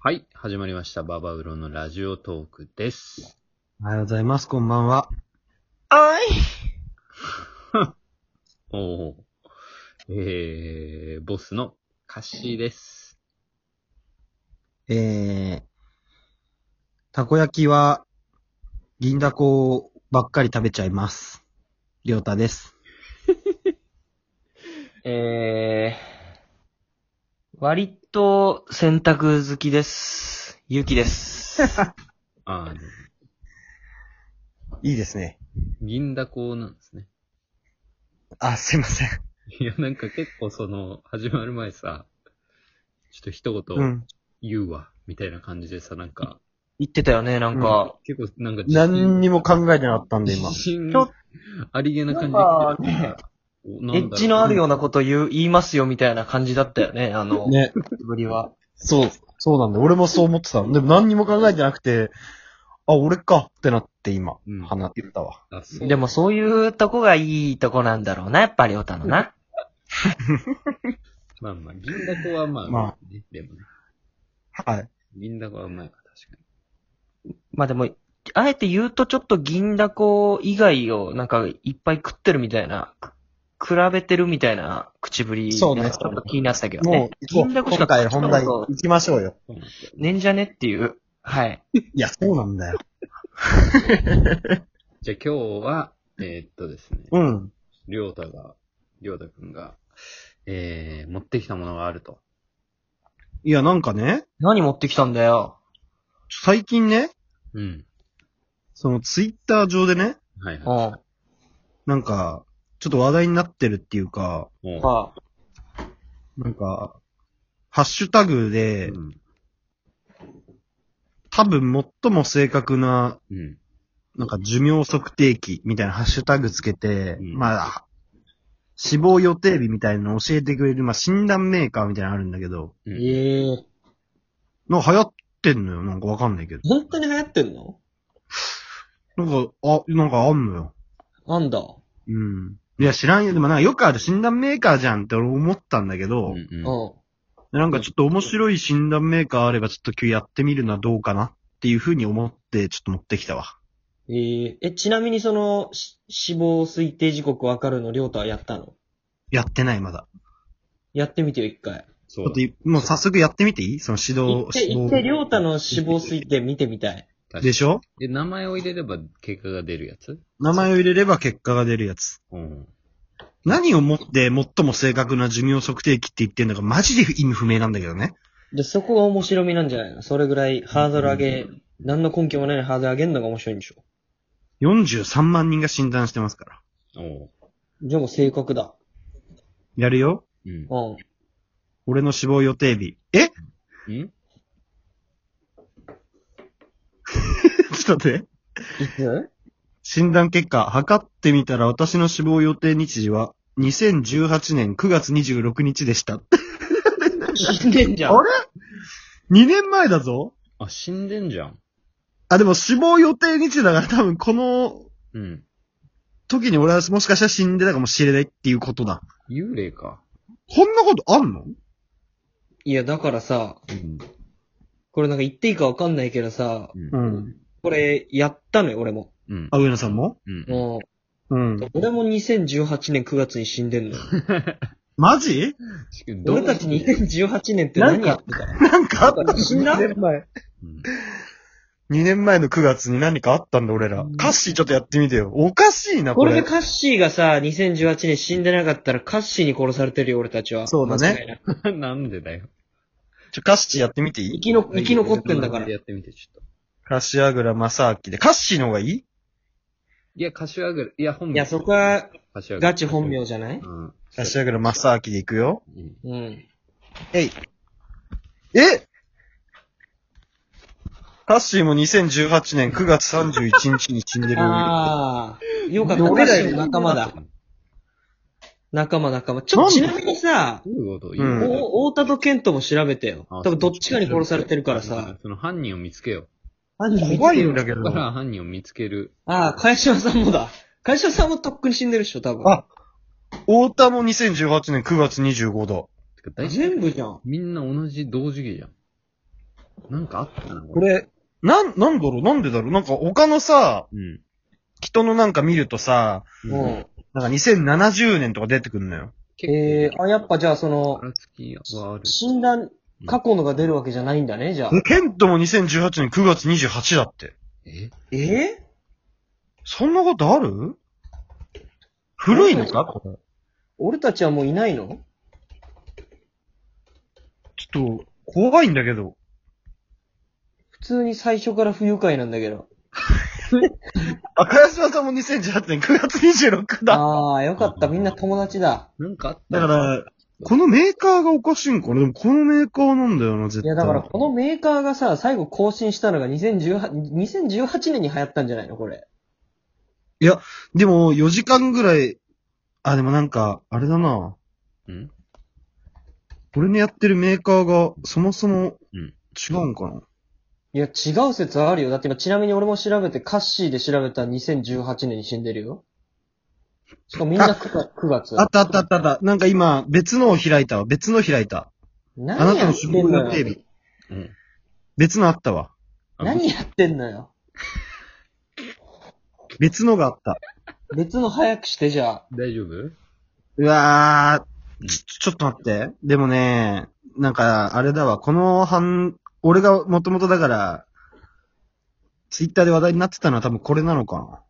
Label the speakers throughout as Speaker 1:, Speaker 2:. Speaker 1: はい、始まりました。ババウロのラジオトークです。
Speaker 2: おはようございます。こんばんは。
Speaker 3: あい。
Speaker 1: おお。えー、ボスのカッシーです。
Speaker 2: えー、たこ焼きは、銀だこばっかり食べちゃいます。りょうたです。
Speaker 3: えー、割と洗濯好きです。ゆうきです。
Speaker 1: あー、
Speaker 2: いいですね。
Speaker 1: 銀だこなんですね。
Speaker 2: あ、すいません。
Speaker 1: いや、なんか結構その、始まる前さ、ちょっと一
Speaker 2: う
Speaker 1: 言
Speaker 2: ん。
Speaker 1: 言うわ、みたいな感じでさ、なんか、
Speaker 3: 言ってたよね、なんか。
Speaker 1: 結構なんか自信
Speaker 2: 何にも考えてなかったんで、今
Speaker 1: 自。信
Speaker 3: ちょ
Speaker 1: ありげな感じ
Speaker 3: なんかね
Speaker 1: おなんだろ
Speaker 3: エ
Speaker 1: う
Speaker 3: ッジのあるようなこと言う、言いますよみたいな感じだったよね、あの、
Speaker 2: ね。
Speaker 3: ぶりは。
Speaker 2: そう、そうなんだ。俺もそう思ってた。でも何にも考えてなくて、あ、俺かってなって今、
Speaker 1: うん
Speaker 2: 話ってたわ。
Speaker 1: あ、そう。
Speaker 3: でもそういうとこがいいとこなんだろうな、やっぱりおたのな。
Speaker 1: まあまあ、銀だこはまあ、
Speaker 2: ま
Speaker 1: ね、でもね、
Speaker 2: はい。
Speaker 1: 銀だこはうまいわ、確かに。
Speaker 3: まあでも、あえて言うとちょっと銀だこ以外をなんかいっぱい食ってるみたいな、く比べてるみたいな口ぶり。
Speaker 2: そうね
Speaker 3: なんかちょっと気になってたけど
Speaker 2: も
Speaker 3: ね
Speaker 2: う。、行こ
Speaker 3: 銀だ
Speaker 2: う
Speaker 3: こしか
Speaker 2: 今回本題
Speaker 3: そう
Speaker 2: 行きましょうよ。
Speaker 1: そうなんですよ。
Speaker 3: ねんじゃねっていう。はい。
Speaker 2: いや、そうなんだよ。
Speaker 1: じゃあ今日は、えーっとですね、
Speaker 2: うん。
Speaker 1: りょうたが、りょうたくんが、えー、持ってきたものがあると。
Speaker 2: いや、なんかね、
Speaker 3: 何持ってきたんだよ。
Speaker 2: 最近ね、
Speaker 1: うん。
Speaker 2: そのツイッター上でね、
Speaker 1: はいはい。
Speaker 3: うん。
Speaker 2: なんか、ちょっと話題になってるっていうか、
Speaker 1: もう
Speaker 3: あ
Speaker 2: なんか、ハッシュタグで、
Speaker 1: うん。
Speaker 2: 多分最も正確な、
Speaker 1: うん。
Speaker 2: なんか寿命測定器みたいなハッシュタグつけて、
Speaker 1: うん
Speaker 2: まあ、死亡予定日みたいなの教えてくれる、まあ診断メーカーみたいなのあるんだけど、
Speaker 1: うん
Speaker 3: ええ
Speaker 2: なんか流行ってんのよ、なんかわかんないけど。
Speaker 3: 本当に流行ってんの
Speaker 2: なんか、あ、なんかあんのよ。
Speaker 3: なんだ。
Speaker 2: うん。いや、知らんよ。でもなんかよくある診断メーカーじゃんって俺思ったんだけど、
Speaker 1: うんうん
Speaker 3: うん。
Speaker 2: なんかちょっと面白い診断メーカーあればちょっと今日やってみるのはどうかなっていうふうに思ってちょっと持ってきたわ。
Speaker 3: えええ、ちなみにその、し死亡推定時刻わかるの、りょうたはやったの
Speaker 2: やってないまだ。
Speaker 3: やってみてよ、一回。
Speaker 1: そ
Speaker 2: ちょっ
Speaker 1: う
Speaker 2: と。いもう早速やってみていいその指
Speaker 3: 一
Speaker 2: 導、
Speaker 3: 回、
Speaker 2: 指
Speaker 3: 一
Speaker 2: 導
Speaker 3: 回、りょうたの死亡推定見てみたい。
Speaker 2: でしょ
Speaker 1: で、名前を入れれば結果が出るやつ
Speaker 2: 名前を入れれば結果が出るやつ。
Speaker 1: うん。
Speaker 2: 何をもって最も正確な寿命測定器って言ってんのかマジで意味不明なんだけどね。
Speaker 3: で、そこが面白みなんじゃないのそれぐらいハードル上げ、何の根拠もないハードル上げんのが面白いんでしょ。
Speaker 2: 43万人が診断してますから。
Speaker 1: おう。
Speaker 3: じゃあもう正確だ。
Speaker 2: やるよ
Speaker 1: うん。
Speaker 3: うん。
Speaker 2: 俺の死亡予定日。え
Speaker 1: うん
Speaker 2: ちょっと待って。
Speaker 3: いつ
Speaker 2: 診断結果、測ってみたら私の死亡予定日時は2018年9月26日でした。
Speaker 3: 死んでんじゃん。
Speaker 2: あれ2年前だぞ
Speaker 1: あ、死んでんじゃん。
Speaker 2: あ、でも死亡予定日だから多分この
Speaker 1: うん。
Speaker 2: 時に俺はもしかしたら死んでたかもしれないっていうことだ。
Speaker 1: 幽霊か。
Speaker 2: こんなことあんの
Speaker 3: いや、だからさ、
Speaker 1: うん。
Speaker 3: これなんか言っていいかわかんないけどさ、
Speaker 1: う。
Speaker 2: うんん。
Speaker 3: これ、やったのよ、俺も。
Speaker 1: うん。
Speaker 2: あ、上野さんも
Speaker 1: うん。
Speaker 3: うん。
Speaker 2: うん。
Speaker 3: 俺も2018年9月に死んでんのよ。
Speaker 2: マジ
Speaker 1: どう
Speaker 3: 俺たち2018年って何やってたの
Speaker 2: なんかあった
Speaker 3: 死んだ
Speaker 2: 2年前。
Speaker 1: うん
Speaker 2: 2年前の9月に何かあったんだ俺ら。カッシーちょっとやってみてよ。おかしいな、
Speaker 3: こ
Speaker 2: こ
Speaker 3: れで
Speaker 2: れ。
Speaker 3: カッシーがさ、2018年死んでなかったらカッシーに殺されてるよ、俺たちは。
Speaker 2: そうだね
Speaker 3: 間違いなく。
Speaker 1: なん でだよ。
Speaker 2: ちょ、カッシーやってみてい
Speaker 3: 生
Speaker 2: い
Speaker 3: きの、生き残ってんだから。
Speaker 1: やってみて、ちょっと。
Speaker 2: カシアグラマサーキで。カッシーの方がいい
Speaker 1: いや、柏ぐらい。いや、本名。
Speaker 3: いや、そこは、
Speaker 1: 柏ぐら
Speaker 3: ガ
Speaker 1: い
Speaker 3: チ本名じゃな
Speaker 1: う
Speaker 3: い
Speaker 1: ん。
Speaker 2: カシアグラマサーキでいくよ。
Speaker 1: うん
Speaker 3: うん。
Speaker 2: えい。えカッシーも2018年9月31日に死んでる。
Speaker 3: ああ、よかった。
Speaker 2: 俺
Speaker 3: 俺
Speaker 2: ら
Speaker 3: ら
Speaker 2: より
Speaker 3: の仲間だ。仲間仲間。ちょっとちなみにさ、
Speaker 1: どういうこと
Speaker 2: うんなんで
Speaker 3: お大田と健斗も調べてよ。
Speaker 1: あ
Speaker 3: 多分どっちかに殺されてるからさ。。
Speaker 1: その犯人を見つけよ
Speaker 2: 怖いんだけ
Speaker 1: う。
Speaker 2: ど
Speaker 1: だか。ら犯人を見つける。
Speaker 3: ああ、茅島さんもだ。茅島さんもとっくに死んでるっしょ、多分。
Speaker 2: あ、太田も2018年9月25だ。
Speaker 1: か大体
Speaker 2: 全部じゃん。
Speaker 1: みんな同じ同時期じゃん。なんかあったかな、
Speaker 2: こ。れ、なん、なんだろうなんでだろうなんか他のさ、
Speaker 1: うん。
Speaker 2: 人のなんか見るとさ、
Speaker 1: うん
Speaker 3: うん。
Speaker 2: なんか2070年とか出てくんのよ。
Speaker 1: 結構、
Speaker 3: えー、あ、やっぱじゃあその、
Speaker 1: ばらつきはある。
Speaker 3: 診断、過去のが出るわけじゃないんだね、じゃあ。
Speaker 2: ケントも2018年9月28だって。
Speaker 1: え
Speaker 3: え
Speaker 2: そんなことある古いのかこれ。
Speaker 3: 俺たちはもういないの
Speaker 2: ちょっと、怖いんだけど。
Speaker 3: 普通に最初から不愉快なんだけど。
Speaker 2: 赤島さんも2018年9月26だ。
Speaker 3: ああ、よかった。みんな友達だ。
Speaker 1: なんかあった
Speaker 2: だから、このメーカーがおかしいんかなでもこのメーカーなんだよな、絶
Speaker 3: い
Speaker 2: 対。
Speaker 3: や、だからこのメーカーがさ、最後更新したのが2018、2018年に流行ったんじゃないのこれ。
Speaker 2: でも、4時間ぐらい、あ、でもなんか、あれだな。
Speaker 1: うん
Speaker 2: 俺のやってるメーカーが、そもそも
Speaker 1: うん、
Speaker 2: 違うんかな、
Speaker 3: いや、違う説あるよ。だって今、ちなみに俺も調べて、カッシーで調べたら2018年に死んでるよ。しかもみんな 9, 月。
Speaker 2: あったあったあったあった。なんか今、別のを開いたわ。別のを開いた。あな
Speaker 3: 何
Speaker 2: た
Speaker 3: や
Speaker 2: の
Speaker 3: っ
Speaker 2: 仕
Speaker 3: て
Speaker 2: 事
Speaker 3: んの
Speaker 2: 予定
Speaker 3: よ。
Speaker 2: 日。
Speaker 1: うん。
Speaker 2: 別のあったわ。
Speaker 1: あ
Speaker 3: 何やってんのよ。
Speaker 2: 別のがあった。
Speaker 3: 別の早くして、じゃあ。
Speaker 1: 大丈夫
Speaker 2: うわー、ちょ、ちょっと待って。でもね、なんか、あれだわ、この半、俺がもともとだから、ツイッターで話題になってたのは多分これなのか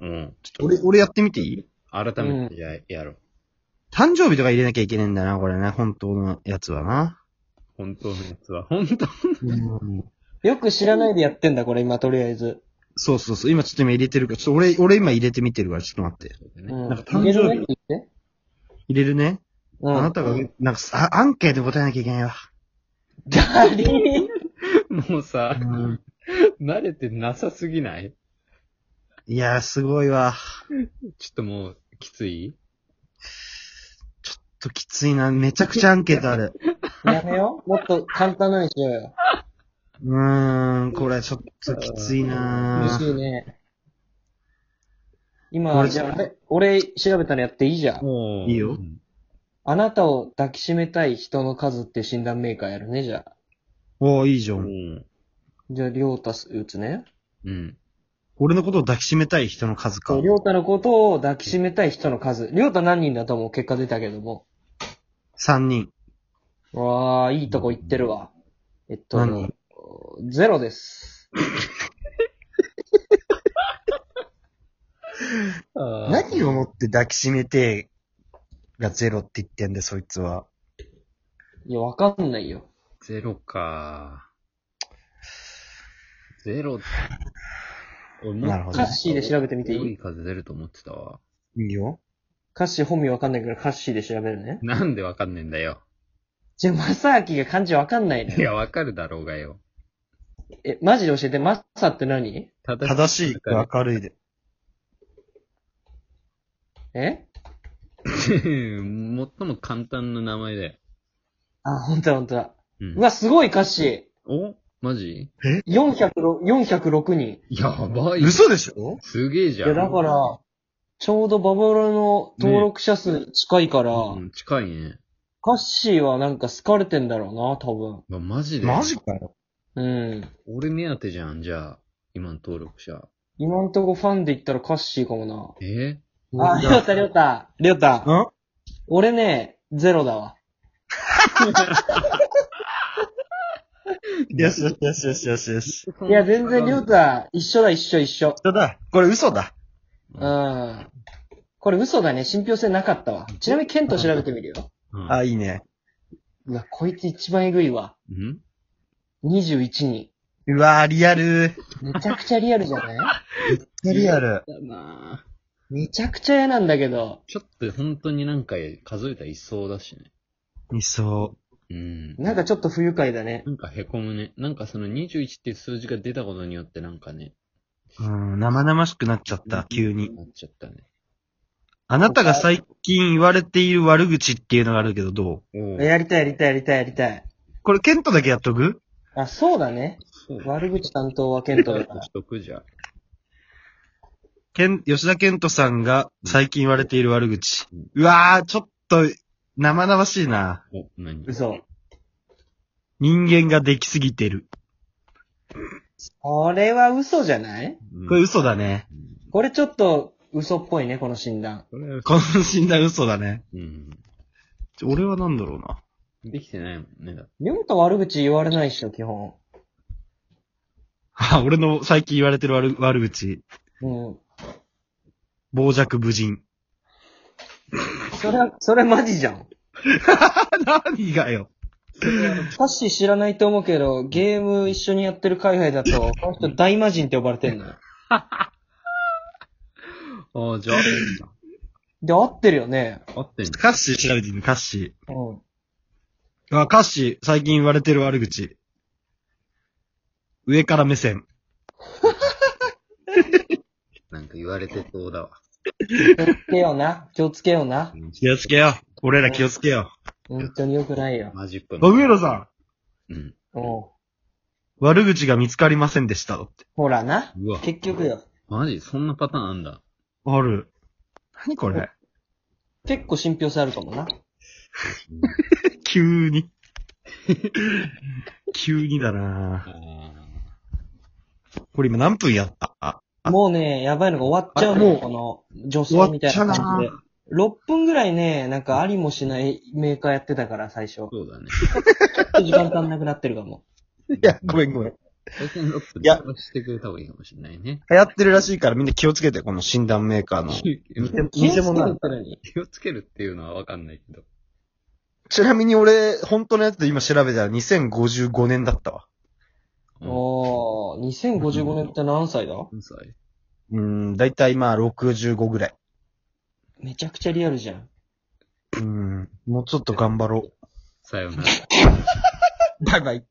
Speaker 2: な。
Speaker 1: うん。
Speaker 2: 俺、俺やってみていい
Speaker 1: 改めてややろう。
Speaker 2: 誕生日とか入れなきゃいけねえんだな、これね。本当のやつはな。
Speaker 1: 本当のやつは。本当
Speaker 2: うん。
Speaker 3: よく知らないでやってんだ、これ、今、とりあえず。
Speaker 2: そうそうそう。今ちょっと今入れてるから、ちょっと俺、俺今入れてみてるから、ちょっと待って。
Speaker 1: だ
Speaker 3: う
Speaker 1: ね。
Speaker 3: ん。
Speaker 2: なんか誕生日
Speaker 3: 入れるねって言って。
Speaker 2: 入れるね。
Speaker 3: う
Speaker 2: あ
Speaker 3: ん。
Speaker 2: なたが、なんかさ、アンケート答えなきゃいけないわ。
Speaker 3: ダリー
Speaker 1: もうさ、
Speaker 2: うん。
Speaker 1: 慣れてなさすぎない
Speaker 2: いやー、すごいわ。
Speaker 1: ちょっともう、きつい
Speaker 2: ちょっときついな。めちゃくちゃアンケートある。
Speaker 3: やめよう。もっと簡単なのにしようよ。
Speaker 2: うーん、これちょっときついな
Speaker 3: 嬉
Speaker 2: ぁ。
Speaker 3: しいね。今、
Speaker 2: 俺
Speaker 3: じゃあ俺、俺調べたのやっていいじゃん。
Speaker 1: もう。
Speaker 2: いい
Speaker 1: う
Speaker 2: よ
Speaker 1: ん
Speaker 3: あなたを抱きしめたい人の数っていう診断メーカーやるね、じゃあ。
Speaker 2: おー、いいじゃ。
Speaker 1: うんん。
Speaker 3: じゃあ、りょうたす打つね。
Speaker 1: うん。
Speaker 2: 俺のことを抱きしめたい人の数か。
Speaker 3: りょうたのことを抱きしめたい人の数。りょうた何人だと思う結果出たけども。
Speaker 2: 3人。
Speaker 3: わー、いいとこ行ってるわ。えっと、
Speaker 2: 何
Speaker 3: ゼロです。
Speaker 2: 何をもって抱きしめてがゼロって言ってんだよ、そいつは。
Speaker 3: いや、わかんないよ。
Speaker 1: ゼロか。ゼロ。俺も
Speaker 2: なるほど
Speaker 3: カッシーで調べてみてい
Speaker 1: 多い
Speaker 3: い
Speaker 1: 数出ると思ってたわ。
Speaker 2: いいよ。
Speaker 3: カッシー本名わかんないからカッシーで調べるね。
Speaker 1: なんでわかんねえんだよ。
Speaker 3: じゃあ、まさあきが漢字わかんないね
Speaker 1: い。や、わかるだろうがよ。
Speaker 3: え、マジで教えて、マッサって何
Speaker 1: 正
Speaker 2: 正しい、明るいで。
Speaker 3: え
Speaker 1: うん最 も簡単な名前だよ。
Speaker 3: あ、ほんとだほんとだ。
Speaker 1: うん
Speaker 3: うわ、すごい歌詞。
Speaker 1: おマジ
Speaker 3: 406 406人。
Speaker 1: やばい。
Speaker 2: 嘘でしょ
Speaker 1: すげえじ
Speaker 3: い
Speaker 1: ゃん。
Speaker 3: や、だから、ちょうどババロの登録者数近いから、
Speaker 1: うん、近いね。
Speaker 3: カッシーはなんか好かれてんだろうな、多
Speaker 1: ま、マジで。
Speaker 2: マジかよ。
Speaker 3: 分。うん。
Speaker 1: 俺目当てじゃん、じゃあ。今の登録者。
Speaker 3: 今んとこファンで言ったらカッシーかも
Speaker 1: え
Speaker 3: な。あ、りょうた、りょうた。りょうた。
Speaker 2: ん
Speaker 3: 俺ね、ゼロだわ。
Speaker 2: よしよしよしよしよしよし。
Speaker 3: いや、全然りょうた、一緒だ、一緒、一緒。
Speaker 2: 人だ。これ嘘だ。
Speaker 3: うん。これ嘘だね。信憑性なかったわ。ちなみにケント調べてみるよ。
Speaker 1: うん、
Speaker 2: あ、いいね。
Speaker 3: うわ、こいつ一番えぐいわ。
Speaker 1: うん
Speaker 3: 21人。
Speaker 2: うわー、リアル。
Speaker 3: めちゃくちゃリアルじゃ ない
Speaker 2: リアル。
Speaker 1: だなぁ
Speaker 3: めちゃくちゃ嫌なんだけど。
Speaker 1: ちょっと本当になんか数えたらいそうだしね。
Speaker 2: いそ
Speaker 1: うん。
Speaker 3: なんかちょっと不愉快だね。
Speaker 1: なんかへこむね。なんかその21っていう数字が出たことによってなんかね。
Speaker 2: う。うん、生々しくなっちゃった、急に。
Speaker 1: なっちゃったね。
Speaker 2: あなたが最近言われている悪口っていうのがあるけど、どう
Speaker 1: おぉ。
Speaker 3: やりたい、やりたい、やりたい、やりたい。
Speaker 2: これ、ケントだけやっとく
Speaker 3: あ、そうだね。
Speaker 1: そう。
Speaker 3: 悪口担当はケントだから。
Speaker 1: しとくじゃん。
Speaker 2: ケン、吉田健人さんが最近言われている悪口。うわー、ちょっと、生々しいな。
Speaker 1: お、何
Speaker 3: 嘘。
Speaker 2: 人間ができすぎてる。
Speaker 3: これは嘘じゃない
Speaker 2: これ嘘だね。
Speaker 1: うん
Speaker 3: これちょっと嘘っぽいね、この診断。
Speaker 1: これは、
Speaker 2: この診断嘘だね。
Speaker 1: うん。
Speaker 2: ちょ俺はなんだろうな。
Speaker 1: できてないもんね。だって
Speaker 3: りょうた悪口言われないっしょ、基本。
Speaker 2: あ、俺の最近言われてる悪悪口。
Speaker 3: うん。
Speaker 2: 傍若無人。
Speaker 3: それ、それマジじゃん。
Speaker 2: 何がよ。
Speaker 3: ハッシー知らないと思うけど、ゲーム一緒にやってる海外 だと、この人大魔人って呼ばれてんのよ。
Speaker 1: ああ、じゃあ合ってんじゃん、
Speaker 3: で、合ってるよね。
Speaker 1: 合ってんじ
Speaker 2: カッシー調べてみる、カッシ
Speaker 3: うん。
Speaker 2: ー。あ、カッシー、最近言われてる悪口。上から目線。
Speaker 1: ゃん。なんか言われてそうだわ。
Speaker 3: 気をつけような。気をつけような。
Speaker 2: 気をつけよう。俺ら気をつけよ
Speaker 3: 本当に良くないよ。
Speaker 1: マジック
Speaker 2: う。あ、上野さ
Speaker 1: ん。うん。
Speaker 3: うん。
Speaker 2: ん、悪口が見つかりませんでした。だって。
Speaker 3: ほらな。
Speaker 1: うわ。
Speaker 3: 結局よ。
Speaker 1: マジそんなパターンあんだ。
Speaker 2: ある。何これ
Speaker 3: 結構信憑性あるかもな。
Speaker 2: 急に。 急にだなこれ今何分やった
Speaker 3: もうね、やばいのが終わっちゃう
Speaker 2: あ
Speaker 3: の
Speaker 2: も
Speaker 3: よ、
Speaker 2: う
Speaker 3: この、女装みたいな
Speaker 2: 終わっ
Speaker 3: 感
Speaker 2: ち
Speaker 3: じ
Speaker 2: ゃ
Speaker 3: で。6分ぐらいね、なんかありもしないメーカーやってたから、最初。ちょ
Speaker 1: そうだね。
Speaker 3: っと時間足んなくなってるかも。
Speaker 2: いや、ごめんごめん。
Speaker 1: 最近ロック
Speaker 2: いや
Speaker 1: してくれた方がいいかもしれないね。
Speaker 2: 流行ってるらしいからみんな気をつけて、この診断メ ーカーの。偽物なの
Speaker 3: 気をつけてたのに
Speaker 1: 気をつけるっていうのはわかんないけど。
Speaker 2: ちなみに俺、本当のやつで今調べたら2055年だったわ。
Speaker 3: おー、2055年って何歳だ
Speaker 1: 何歳
Speaker 2: うーん、だいたいまあ65ぐらい。
Speaker 3: めちゃくちゃリアルじゃん。
Speaker 2: うーん、もうちょっと頑張ろ
Speaker 1: さようなら。
Speaker 2: う。バイバイ。